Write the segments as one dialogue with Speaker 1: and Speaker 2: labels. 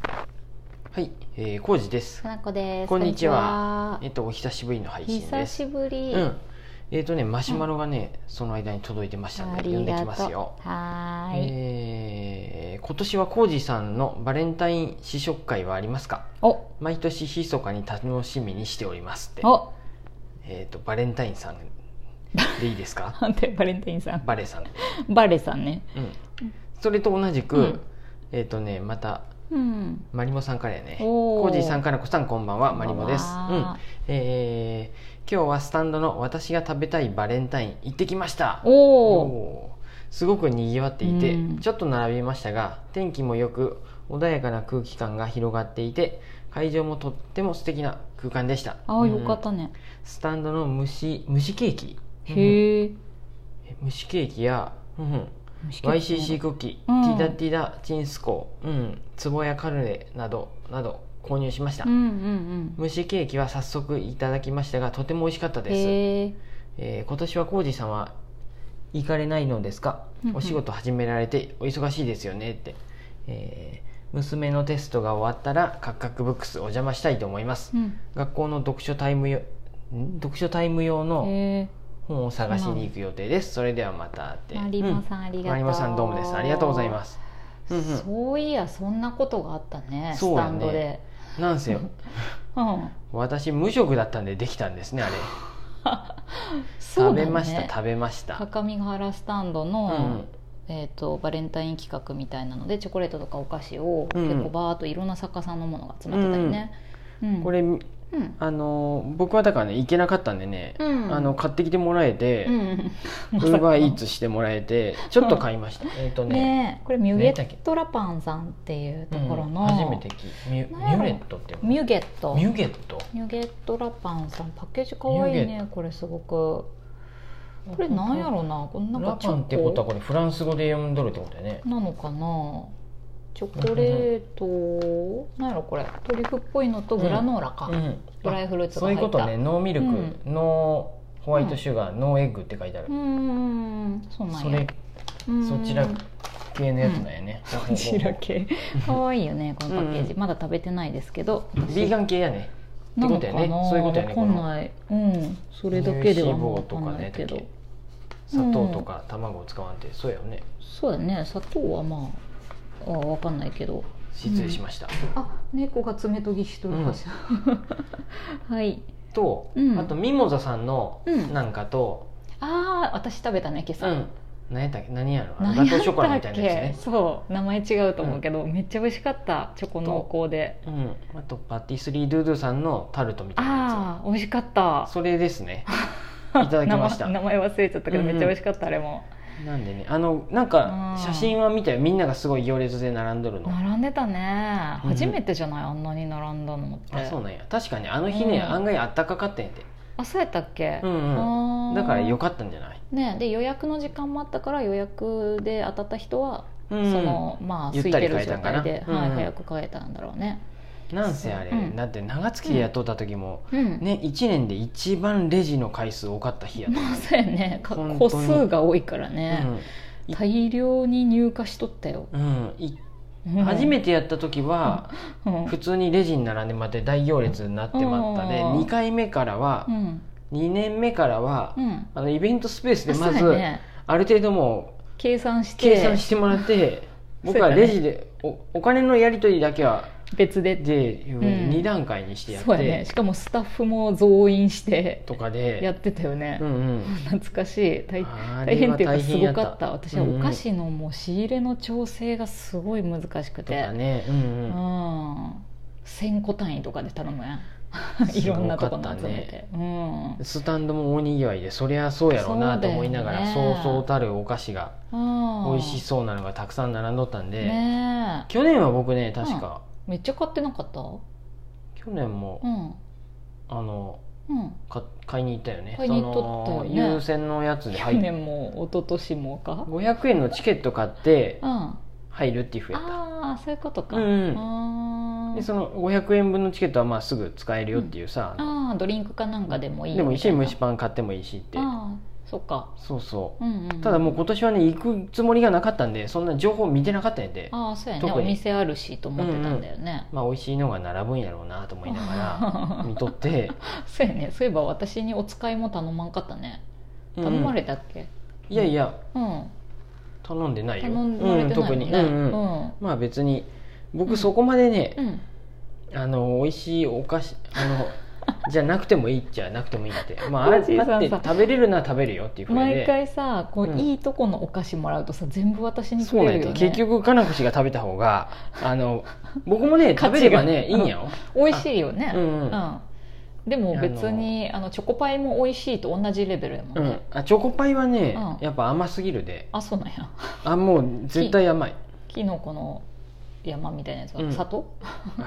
Speaker 1: はい、えー、コウジです。
Speaker 2: 花子です。
Speaker 1: こんにちは。えっとお久しぶりの配
Speaker 2: こんに
Speaker 1: 信
Speaker 2: ちは。
Speaker 1: で
Speaker 2: 久
Speaker 1: す。
Speaker 2: しぶり。
Speaker 1: うん。えっ、とねマシュマロがね、その間に届いてましたの
Speaker 2: あ
Speaker 1: で
Speaker 2: り
Speaker 1: 読んで
Speaker 2: が
Speaker 1: き
Speaker 2: とう。
Speaker 1: ますよ。
Speaker 2: はーい、
Speaker 1: えー今年はコウジさんのバレンタイン試食会はありますか。
Speaker 2: お、
Speaker 1: 毎年密かに楽しみにしておりますって。
Speaker 2: お、
Speaker 1: えっ、とバレンタインさんでいいです か。
Speaker 2: なんてバレンタインさん。
Speaker 1: バレさん。
Speaker 2: バレさんね。
Speaker 1: うん。それと同じく、
Speaker 2: うん
Speaker 1: えっ、とねまた
Speaker 2: うん。
Speaker 1: マリモさんからやね。
Speaker 2: おー
Speaker 1: コウジさんからこさんこんばんはマリモです。
Speaker 2: こんば
Speaker 1: うんん
Speaker 2: は。
Speaker 1: えー今日はスタンドの私が食べたいバレンタイン行ってきました
Speaker 2: おお。
Speaker 1: おーすごくにぎわっていて、
Speaker 2: うん
Speaker 1: ちょっと並びましたが天気も良く穏やかな空気感が広がっていて会場もとっても素敵な空間でした
Speaker 2: ああ、よかっ
Speaker 1: うん
Speaker 2: たね。
Speaker 1: スタンドの蒸し蒸しケーキうん
Speaker 2: へえ。
Speaker 1: 蒸しケーキや、うんうん
Speaker 2: 虫結構
Speaker 1: YCC クッキー、
Speaker 2: うん
Speaker 1: ティダティダチンスコー、うん、つぼやカルレなどなど購入しました、
Speaker 2: うんうんうん。
Speaker 1: 蒸しケーキは早速いただきましたがとても美味しかったです、
Speaker 2: へえ。
Speaker 1: えー今年は浩二さんは行かれないのですか
Speaker 2: うんうん
Speaker 1: お仕事始められてお忙しいですよねって、えー娘のテストが終わったらカッカックブックスお邪魔したいと思います、
Speaker 2: うん。
Speaker 1: 学校の読書タイムよん読書タイム用の
Speaker 2: へ
Speaker 1: 本を探しに行く予定ですそれではまたって
Speaker 2: え。マリモさ、
Speaker 1: うん
Speaker 2: ありがとう。
Speaker 1: マリモさんどうもですありがとうございますうんうん
Speaker 2: そういや、そんなことがあったね。
Speaker 1: そう
Speaker 2: ス
Speaker 1: や
Speaker 2: タ
Speaker 1: ね
Speaker 2: ンドで。
Speaker 1: なんせよ
Speaker 2: うん。
Speaker 1: 私無職だったんでできたんですねあれ
Speaker 2: そ
Speaker 1: 食
Speaker 2: うだね
Speaker 1: べました食べました
Speaker 2: 各務原スタンド
Speaker 1: う
Speaker 2: の、
Speaker 1: ん
Speaker 2: えー、とバレンタイン企画みたいなのでチョコレートとかお菓子を
Speaker 1: うん
Speaker 2: 結構バーっといろんな作家さんのものが集まってたりね、うん
Speaker 1: これ
Speaker 2: うん
Speaker 1: あのー僕はだからね行けなかったんでね、
Speaker 2: うん
Speaker 1: あの買ってきてもらえて、
Speaker 2: うん
Speaker 1: ウ
Speaker 2: まさ
Speaker 1: ー
Speaker 2: か
Speaker 1: バーイーツしてもらえてちょっと買いました、えっ、とね
Speaker 2: ねえこれミュゲットラパンさんっていうと
Speaker 1: うん
Speaker 2: ころの、
Speaker 1: 初めて聞いミュミ
Speaker 2: なんや
Speaker 1: ュ
Speaker 2: ろ
Speaker 1: レットっていうの
Speaker 2: ミュゲット
Speaker 1: ミュゲット
Speaker 2: ミュゲットラパンさんパッケージかわいい
Speaker 1: ミュゲ
Speaker 2: ねこれすごくこれなんやろなこんなん
Speaker 1: ラ
Speaker 2: かチ
Speaker 1: パ
Speaker 2: ョ
Speaker 1: ン
Speaker 2: コ
Speaker 1: ってことはこれフランス語で読んどるってことだよね
Speaker 2: なのかなチョコレートなんやろこれトリュフっぽいのとグラノーラか、
Speaker 1: うん
Speaker 2: ドライフルーツ
Speaker 1: そ
Speaker 2: が
Speaker 1: う
Speaker 2: 入
Speaker 1: いう
Speaker 2: った
Speaker 1: ことねノーミルク、
Speaker 2: うん
Speaker 1: ノーホワイトシュガー、ノーエッグって書いてある
Speaker 2: う、ーんそうなんや
Speaker 1: それ
Speaker 2: うん
Speaker 1: そちら系のやつだよね、ほうほうほう
Speaker 2: そちら系 可愛いよねこのパッケージ、まだ食べてないですけど
Speaker 1: ビーガン系やね
Speaker 2: なのか
Speaker 1: ってことやね
Speaker 2: な
Speaker 1: そういうことやね
Speaker 2: わかんないうんそれだけではもうわか
Speaker 1: 乳
Speaker 2: ん
Speaker 1: 脂肪とか
Speaker 2: な
Speaker 1: ね
Speaker 2: いけど、
Speaker 1: だっ砂糖とか卵を使わんって、そうやよね
Speaker 2: そうだね砂糖はまああわかんないけど
Speaker 1: 失礼しました、
Speaker 2: あ猫が爪研ぎしと
Speaker 1: るかし
Speaker 2: ら、 はい
Speaker 1: と、
Speaker 2: うん
Speaker 1: あとミモザさんの
Speaker 2: うん
Speaker 1: なんかと、
Speaker 2: ああ私食べたね今
Speaker 1: う
Speaker 2: 朝、
Speaker 1: ん、何やったっけ何やろあの
Speaker 2: 何
Speaker 1: ガト
Speaker 2: やっ
Speaker 1: ーショコラみ
Speaker 2: た
Speaker 1: た
Speaker 2: っ
Speaker 1: いなや
Speaker 2: け
Speaker 1: つね
Speaker 2: そう名前違うと思うけど、めっちゃ美味しかったチョコ濃厚で
Speaker 1: うん、あとパティスリードゥドゥさんのタルトみたいな
Speaker 2: ああ美味しかっ
Speaker 1: や
Speaker 2: た
Speaker 1: つそれですねいただきま した
Speaker 2: 名前名前忘れちゃったけど、
Speaker 1: うんうん
Speaker 2: めっちゃ美味しかったあれも
Speaker 1: なんでねあのなんか
Speaker 2: あー
Speaker 1: 写真は見たよみんながすごい行列で並んどるの
Speaker 2: 並んでたね
Speaker 1: うんうん
Speaker 2: 初めてじゃない、あんなに並んだのって
Speaker 1: あそうなんや確かにあの日ね、
Speaker 2: うん
Speaker 1: 案外あったかかったんやて
Speaker 2: あそうやったっけ、
Speaker 1: うんうん
Speaker 2: あー
Speaker 1: だからよかったんじゃない
Speaker 2: ねで予約の時間もあったから予約で当たった人は、
Speaker 1: うん
Speaker 2: そのまあ
Speaker 1: ゆ
Speaker 2: 空
Speaker 1: った
Speaker 2: い
Speaker 1: り
Speaker 2: てる
Speaker 1: 買えた
Speaker 2: 状
Speaker 1: んかな
Speaker 2: 態で、は
Speaker 1: う
Speaker 2: い
Speaker 1: んうん
Speaker 2: 早く買えたんだろうね
Speaker 1: なんせあれ、
Speaker 2: うん
Speaker 1: だって長月で雇った時も、
Speaker 2: うん
Speaker 1: ね1年で一番レジの回数多かった日やった、
Speaker 2: まあそうやねか
Speaker 1: 本当
Speaker 2: 個
Speaker 1: に
Speaker 2: 数が多いからね、
Speaker 1: うん
Speaker 2: 大量に入荷しとったよ、
Speaker 1: うん、うん、い初めてやった時は
Speaker 2: て、うん
Speaker 1: 普通にレジに並んで待って大行列になってまったで
Speaker 2: うん
Speaker 1: 2回目からは
Speaker 2: うん
Speaker 1: 2年目からは
Speaker 2: うん
Speaker 1: あのイベントスペースでまず
Speaker 2: そうやね
Speaker 1: ある程度もう
Speaker 2: 計算して
Speaker 1: 計算してもらって僕はレジでおお金のやり取りだけは
Speaker 2: 別で
Speaker 1: でいう
Speaker 2: うん
Speaker 1: 2段階にしてやっ
Speaker 2: そうやね
Speaker 1: て
Speaker 2: しかもスタッフも増員して
Speaker 1: とか
Speaker 2: や
Speaker 1: で
Speaker 2: ってたよね、
Speaker 1: うんうん
Speaker 2: 懐かしい大
Speaker 1: あ
Speaker 2: 大
Speaker 1: れ
Speaker 2: 変っ
Speaker 1: は
Speaker 2: ていうか
Speaker 1: 大
Speaker 2: す
Speaker 1: 変や
Speaker 2: ご
Speaker 1: っ
Speaker 2: か
Speaker 1: た
Speaker 2: った私は
Speaker 1: うんうん
Speaker 2: お菓子のもう仕入れの調整がすごい難しく
Speaker 1: と
Speaker 2: て、
Speaker 1: かねう
Speaker 2: うん
Speaker 1: うん
Speaker 2: ん1000個単位とかで頼むやん
Speaker 1: すごかったね
Speaker 2: いろんなとこの集めて、うん
Speaker 1: スタンドも大にぎわいでそりゃそうやろうなと思いながら
Speaker 2: そうだよ
Speaker 1: そう
Speaker 2: ね
Speaker 1: そうたるお菓子が
Speaker 2: うん
Speaker 1: 美味しそうなのがたくさん並んどったんで、
Speaker 2: ね
Speaker 1: 去年は僕ね確か、
Speaker 2: えめっちゃ買ってなかった
Speaker 1: 去年も、
Speaker 2: うん
Speaker 1: あの
Speaker 2: うん
Speaker 1: か買いに行ったよね
Speaker 2: 買いに行っとったよね
Speaker 1: その優先のやつで
Speaker 2: 去
Speaker 1: 入っ
Speaker 2: 年も一昨年もか、
Speaker 1: 500円のチケット買って
Speaker 2: うん、あ
Speaker 1: 入るっていうふうやった
Speaker 2: あーそういうことか、
Speaker 1: うんうん
Speaker 2: あー
Speaker 1: でその500円分のチケットはまあすぐ使えるよっていうさ、
Speaker 2: あードリンクかなんかでもいい
Speaker 1: でもいいし蒸
Speaker 2: みた
Speaker 1: しパン買ってもいいしって
Speaker 2: なあそっか
Speaker 1: そうそ
Speaker 2: うんうん
Speaker 1: うただもう今年はね行くつもりがなかったんでそんな情報見てなかったんやで
Speaker 2: ああそうやね
Speaker 1: 特
Speaker 2: お
Speaker 1: に
Speaker 2: 店あるしと思ってたんだよね、
Speaker 1: まあ美味しいのが並ぶんやろうなと思いながら 見とって
Speaker 2: そうやねそういえば私にお使いも頼まんかったね頼まれたっけ
Speaker 1: うんいやいや
Speaker 2: うん
Speaker 1: 頼んでないよ
Speaker 2: 頼まれてないもんね
Speaker 1: うん特に、うんうん
Speaker 2: うん
Speaker 1: まあ別に
Speaker 2: うん
Speaker 1: 僕そこまでね、
Speaker 2: うん
Speaker 1: あの美味しいお菓子あの じゃなくてもいいっちゃなくてもいいってまあああ
Speaker 2: お
Speaker 1: っ
Speaker 2: じい
Speaker 1: て
Speaker 2: さんさ
Speaker 1: 食べれるなら食べるよっていうふうに
Speaker 2: 毎回さこう、
Speaker 1: うん
Speaker 2: いいとこのお菓子もらうとさ全部私にく
Speaker 1: そうなん
Speaker 2: れ
Speaker 1: や
Speaker 2: る
Speaker 1: て
Speaker 2: よね
Speaker 1: 結局かなこ氏が食べた方があの僕もね
Speaker 2: 価
Speaker 1: 食
Speaker 2: 値が
Speaker 1: べればねいいんやよ、
Speaker 2: 美味しいよね
Speaker 1: うんうん
Speaker 2: うんでも別にあのチョコパイも美味しいと同じレベルだもん
Speaker 1: う
Speaker 2: ね、
Speaker 1: ん、あチョコパイはね、
Speaker 2: うん
Speaker 1: やっぱ甘すぎるで
Speaker 2: あそうなんや
Speaker 1: あもう絶対甘い
Speaker 2: キノコの山みたいなやつは、
Speaker 1: うん
Speaker 2: 砂糖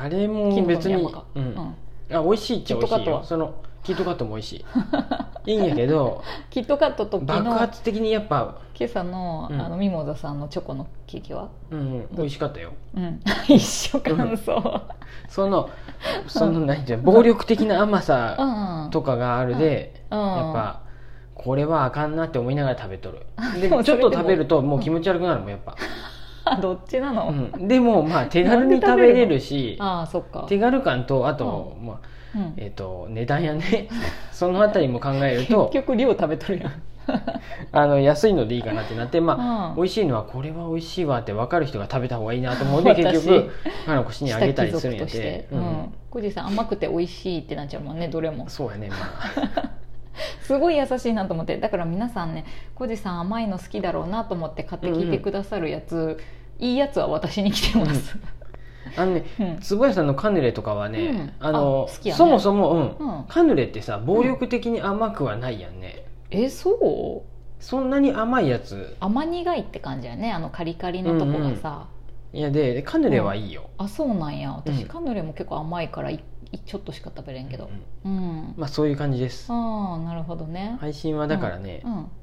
Speaker 1: あれ
Speaker 2: キ
Speaker 1: も
Speaker 2: ノコ
Speaker 1: 別
Speaker 2: の
Speaker 1: に、
Speaker 2: 山か、
Speaker 1: う
Speaker 2: うんん
Speaker 1: あ美味しいっちゃ美味し
Speaker 2: キットカッ
Speaker 1: い
Speaker 2: トは
Speaker 1: よそのキットカットも美味しいいいんやけど
Speaker 2: キットカットと昨日
Speaker 1: 爆発的にやっぱ、
Speaker 2: 今朝の,、
Speaker 1: うん
Speaker 2: あのミモザさんのチョコのケーキは、
Speaker 1: うん、美味しかったよ
Speaker 2: うん 一緒感想、
Speaker 1: そのその何ていうの暴力的な甘
Speaker 2: う
Speaker 1: さ
Speaker 2: ん、
Speaker 1: とかがあるで、
Speaker 2: うん、
Speaker 1: やっぱこれはあかんなって思いながら食べとる で
Speaker 2: でも
Speaker 1: ちょっと
Speaker 2: それでも
Speaker 1: 食べるともう気持ち悪くなるもんやっぱ、
Speaker 2: あどっちなの、
Speaker 1: うん、でもまあ手軽に食べれるし
Speaker 2: ああそっか、
Speaker 1: 手軽感とあと、まあ
Speaker 2: うん
Speaker 1: えっと値段や ねそのあたりも考える
Speaker 2: 結
Speaker 1: と
Speaker 2: 局量食べとるやん、
Speaker 1: あの安いのでいいかなってなってまあ
Speaker 2: うん
Speaker 1: 美味しいのはこれは美味しいわって分かる人が食べた方がいいなと思うんで結局あの腰にあげたりするんやで、
Speaker 2: う
Speaker 1: うん
Speaker 2: ん、小路さん甘くて美味しいってなっちゃうもんねどれも
Speaker 1: そうやねまあ
Speaker 2: すごい優しいなと思ってだから皆さんね小路さん甘いの好きだろうなと思って買ってきてくださるやつ、いいやつは私に来てます、
Speaker 1: あのね
Speaker 2: うん
Speaker 1: 坪谷さんのカヌレとかはね、
Speaker 2: うん
Speaker 1: あの
Speaker 2: あ好きやね
Speaker 1: そもそも、うん
Speaker 2: うん
Speaker 1: カヌレってさ暴力的に甘くはないやんね、
Speaker 2: えそう
Speaker 1: そんなに甘いやつ
Speaker 2: 甘苦いって感じやねあのカリカリのとこがさ、
Speaker 1: いやでカヌレはいいよ、
Speaker 2: あそうなんや私、
Speaker 1: うん
Speaker 2: カヌレも結構甘いからいいちょっとしか食べれんけど
Speaker 1: うん
Speaker 2: うん、
Speaker 1: まあそういう感じです
Speaker 2: ああなるほどね、
Speaker 1: 配信はだからね
Speaker 2: う、ん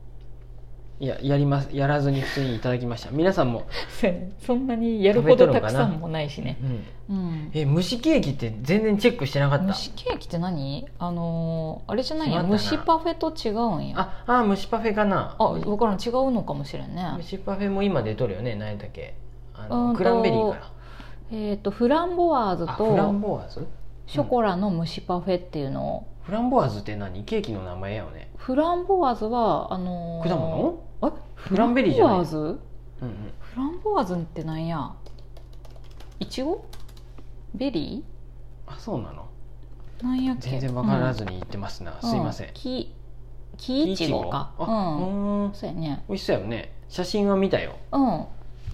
Speaker 1: いややりますやらずに普通にいただきました皆さんも、
Speaker 2: そうやねそんなにやるほどたくさんもないしね
Speaker 1: うん
Speaker 2: うん
Speaker 1: え蒸しケーキって全然チェックしてなかった
Speaker 2: 蒸しケーキって何あのーあれじゃない
Speaker 1: 違
Speaker 2: や
Speaker 1: った
Speaker 2: 蒸
Speaker 1: な
Speaker 2: しパフェと違うんや
Speaker 1: ああ蒸しパフェかな
Speaker 2: あ分からん違うのかもしれんね
Speaker 1: 蒸しパフェも今出とるよね何だっけあ
Speaker 2: う
Speaker 1: の
Speaker 2: んと
Speaker 1: クランベリーから
Speaker 2: えっ、とフランボワーズ
Speaker 1: あフラン
Speaker 2: と
Speaker 1: ボワーズ
Speaker 2: ショコラの蒸しパフェっていうのを
Speaker 1: フランボワーズって何ケーキの名前やよね
Speaker 2: フランボワーズはあのー
Speaker 1: 果物
Speaker 2: え
Speaker 1: フランベリーじゃない
Speaker 2: フランボワーズ
Speaker 1: うんうん
Speaker 2: フランボワーズってなんやいちごベリ
Speaker 1: あそうなの
Speaker 2: ーなんやっけ
Speaker 1: 全然わからずに言ってますな、
Speaker 2: う
Speaker 1: すいません
Speaker 2: うききいちごか
Speaker 1: あ、う
Speaker 2: うん
Speaker 1: ーん
Speaker 2: そうやね
Speaker 1: 美味しそうやよね写真は見たよ
Speaker 2: うん、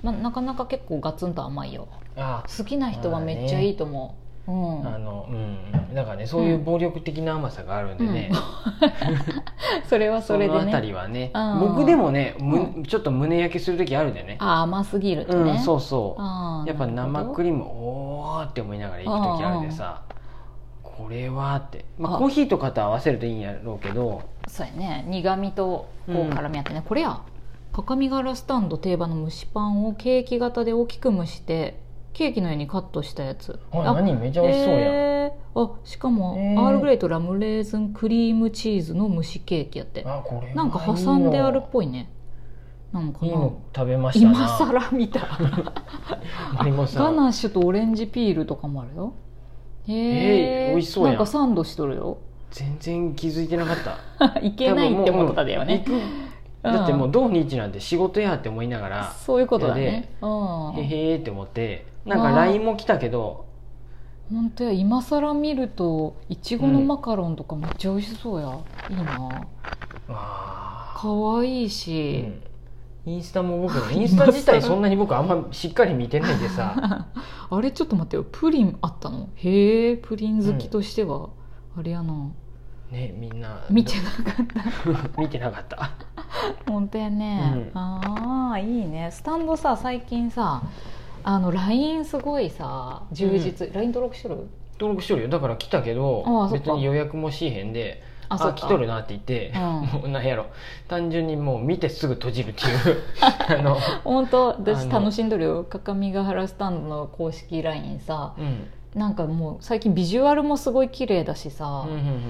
Speaker 2: ま、なかなか結構ガツンと甘いよ
Speaker 1: あ
Speaker 2: 好きな人はめっちゃいいと思
Speaker 1: あ
Speaker 2: う、うん、
Speaker 1: のうんだからねそういう暴力的な甘さがあるんでね、
Speaker 2: それはそ
Speaker 1: そ
Speaker 2: れ
Speaker 1: の
Speaker 2: で
Speaker 1: あたり
Speaker 2: ね
Speaker 1: はね
Speaker 2: うん
Speaker 1: 僕でもね、む
Speaker 2: う
Speaker 1: ちょっと胸焼けする時あるでね
Speaker 2: あ甘すぎると
Speaker 1: う
Speaker 2: ね、
Speaker 1: んそうそう
Speaker 2: あー
Speaker 1: やっぱ生ク
Speaker 2: なる
Speaker 1: リームおーって思いながら行く時あるでさこれはって、まあ、
Speaker 2: あ
Speaker 1: コーヒーとかと合わせるといいんやろうけど
Speaker 2: ほどそうやね苦味とこう
Speaker 1: うん
Speaker 2: 絡み合ってね、これやかかみ柄スタンド定番の蒸しパンをケーキ型で大きく蒸してケーキのようにカットしたやつ
Speaker 1: あ何めちゃ美味しそうやん、
Speaker 2: えーあしかも、
Speaker 1: えー
Speaker 2: アールグレイとラムレーズンクリームチーズの蒸しケーキやって
Speaker 1: あこれはいい
Speaker 2: なんか挟んであるっぽいねなんか
Speaker 1: いい
Speaker 2: な
Speaker 1: の食べましたな
Speaker 2: 今更見た
Speaker 1: ありました
Speaker 2: ガナッシュとオレンジピールとかもあるよ
Speaker 1: え
Speaker 2: へ
Speaker 1: ー美味しそうやん
Speaker 2: なんかサンドしとるよ
Speaker 1: 全然気づいてなかった
Speaker 2: いけないって思ってただよね
Speaker 1: 多分もううん行くだってもう土日なんて仕事やって思いながら
Speaker 2: そういうことだねうん
Speaker 1: へへーって思ってなんか LINE も来たけど
Speaker 2: 本当や今更見るといちごのマカロンとかめっちゃ美味しそうや、いいな
Speaker 1: あ
Speaker 2: 可愛い
Speaker 1: ー
Speaker 2: し、
Speaker 1: うんインスタも僕のインスタ自体そんなに僕あんましっかり見てないんでさ
Speaker 2: あれちょっと待ってよプリンあったのへえプリン好きとしては、あれやな
Speaker 1: ねみんな
Speaker 2: 見てなかっ
Speaker 1: 見てなかった
Speaker 2: た本当やね、
Speaker 1: うん
Speaker 2: ああいいねスタンドさ最近さあの LINE すごいさ充実、LINE 登録しとる
Speaker 1: 登録しとるよだから来たけ
Speaker 2: あ
Speaker 1: ど
Speaker 2: ーそっ
Speaker 1: 別
Speaker 2: か
Speaker 1: に予約もしへんで
Speaker 2: あ
Speaker 1: あ
Speaker 2: そっか
Speaker 1: 来とるなって言って
Speaker 2: うん
Speaker 1: もうなんやろ単純にもう見てすぐ閉じるっていう あの
Speaker 2: 本当
Speaker 1: あ
Speaker 2: 私
Speaker 1: の
Speaker 2: 楽しんどるよ各務原スタンドの公式 LINE さ
Speaker 1: うん
Speaker 2: なんかもう最近ビジュアルもすごい綺麗だしさ、
Speaker 1: うんうんうん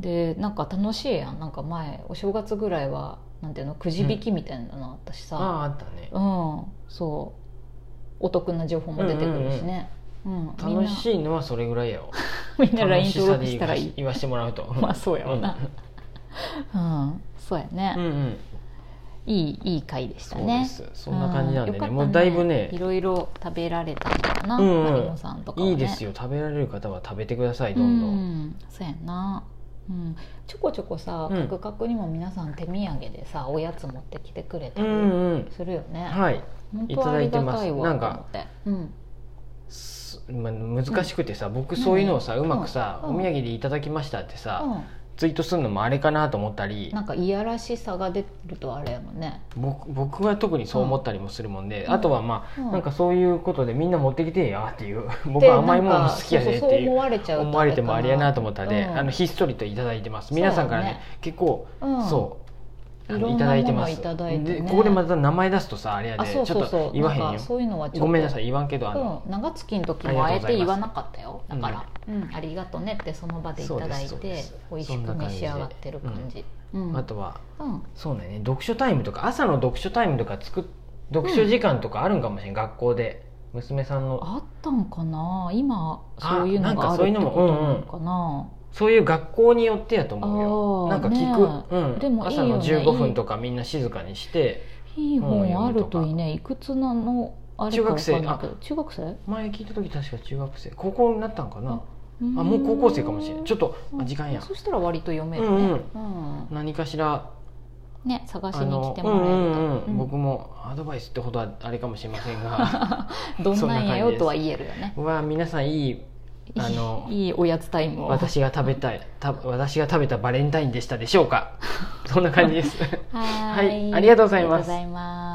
Speaker 2: でなんか楽しいやんなんか前お正月ぐらいはなんていうのくじ引きみたいなのあったし
Speaker 1: あ
Speaker 2: さ、
Speaker 1: ああったね
Speaker 2: うんそうお得な情報も出てくるしね、うんみん
Speaker 1: 楽
Speaker 2: な
Speaker 1: しいのはそれぐらいや よ
Speaker 2: みんな LINE
Speaker 1: 楽し
Speaker 2: 登
Speaker 1: さ
Speaker 2: 録
Speaker 1: で
Speaker 2: し
Speaker 1: 言
Speaker 2: たら
Speaker 1: わ
Speaker 2: い
Speaker 1: し
Speaker 2: い
Speaker 1: 言わしてもらうと
Speaker 2: まあそうやろうな、うん、そうやね、
Speaker 1: うんうん
Speaker 2: いいいい回でした
Speaker 1: そう
Speaker 2: ね
Speaker 1: ですそんな感じなんでね
Speaker 2: うよかった
Speaker 1: もうだいぶね
Speaker 2: いろいろ食べられたんだな、
Speaker 1: うんうん
Speaker 2: マリモさんとかは、ね、
Speaker 1: いいですよ食べられる方は食べてくださいど
Speaker 2: うん
Speaker 1: どん
Speaker 2: んそうやな、うん、ちょこちょこさ
Speaker 1: うん
Speaker 2: カクカクにも皆さん手土産でさおやつ持ってきてくれた
Speaker 1: う
Speaker 2: り
Speaker 1: んうん
Speaker 2: するよね、
Speaker 1: はい
Speaker 2: 本当ありがたいわ
Speaker 1: いただいてますなんか
Speaker 2: と思ってうん
Speaker 1: すまあ難しくてさ僕そういうのをさ
Speaker 2: う
Speaker 1: う
Speaker 2: ん
Speaker 1: まくさお
Speaker 2: うん
Speaker 1: 土産でいただきましたってさ
Speaker 2: う
Speaker 1: ツイートするのもあれかなと思ったり
Speaker 2: ん、なんかいやらしさが出るとあれやもんね、
Speaker 1: 僕僕は特にそう思ったりもするもんで
Speaker 2: うん
Speaker 1: あとはま
Speaker 2: う
Speaker 1: あなんかそういうことでみんな持ってきてやっていう僕
Speaker 2: で
Speaker 1: は甘いもの好きや
Speaker 2: なん
Speaker 1: で
Speaker 2: か
Speaker 1: っ
Speaker 2: そうそ
Speaker 1: て
Speaker 2: うそう
Speaker 1: い
Speaker 2: 思
Speaker 1: う
Speaker 2: われちゃうと
Speaker 1: 思われてもありやなと思ったんで
Speaker 2: うん
Speaker 1: あのひっそりといただいてます
Speaker 2: そうやね
Speaker 1: 皆さんからね結構
Speaker 2: うん
Speaker 1: そうあ
Speaker 2: いろん
Speaker 1: の
Speaker 2: ない
Speaker 1: ただいてます
Speaker 2: ものいただいて
Speaker 1: で
Speaker 2: ね
Speaker 1: ここでまた名前出すとさあれや
Speaker 2: あ
Speaker 1: でち
Speaker 2: そ
Speaker 1: ょ
Speaker 2: う
Speaker 1: っ
Speaker 2: そうそ
Speaker 1: と
Speaker 2: う
Speaker 1: 言わへん
Speaker 2: なんか
Speaker 1: よ
Speaker 2: そういうのはちょっと
Speaker 1: ごめんなさい言わんけどあの
Speaker 2: うん、長月の時
Speaker 1: あり
Speaker 2: も
Speaker 1: が
Speaker 2: あ
Speaker 1: とうござ
Speaker 2: えて
Speaker 1: います
Speaker 2: 言わなかったよだから、うんありがとねってその場でいただい
Speaker 1: そうで
Speaker 2: て
Speaker 1: すそうです
Speaker 2: 美味しく召し上がってる感じうん
Speaker 1: あとは
Speaker 2: うん
Speaker 1: そうだよね読書タイムとか朝の読書タイムとか作っ読書時間とかあるんかもしれん、学校で娘さんの
Speaker 2: あったんかな今そういう
Speaker 1: あ
Speaker 2: の
Speaker 1: なんか
Speaker 2: があ
Speaker 1: そう
Speaker 2: る
Speaker 1: い
Speaker 2: っ
Speaker 1: う
Speaker 2: て
Speaker 1: の
Speaker 2: こ
Speaker 1: も
Speaker 2: となのかな
Speaker 1: そういう学校によってやと思うよな
Speaker 2: あー
Speaker 1: んか聞
Speaker 2: ね
Speaker 1: く、うん
Speaker 2: でもいい
Speaker 1: 朝
Speaker 2: よね
Speaker 1: の15分とかみんな静かにして
Speaker 2: いい本あるといいねいくつなのあれかわかんないけど中学生
Speaker 1: 前聞いた時確か中学生高校になったんかな
Speaker 2: うん
Speaker 1: あもう高校生かもしれないちょっとあ時間や
Speaker 2: そしたら割と読めるね、
Speaker 1: うん
Speaker 2: うん
Speaker 1: 何かしら
Speaker 2: ね探し
Speaker 1: あ
Speaker 2: に
Speaker 1: の
Speaker 2: 来て
Speaker 1: う
Speaker 2: もらえ
Speaker 1: ん
Speaker 2: ると、
Speaker 1: うんう
Speaker 2: うん
Speaker 1: ん僕もアドバイスってほどはあれかもしれません が
Speaker 2: どん
Speaker 1: そん
Speaker 2: な
Speaker 1: な感
Speaker 2: ん
Speaker 1: じ
Speaker 2: や
Speaker 1: です
Speaker 2: よとは言えるよね
Speaker 1: うわ皆さんいいあの
Speaker 2: いいいいおやつタイムを
Speaker 1: 私が食べたいた私が食べたバレンタインでしたでしょうか そんな感じです
Speaker 2: は
Speaker 1: はいありがとうございます
Speaker 2: ありがとうございます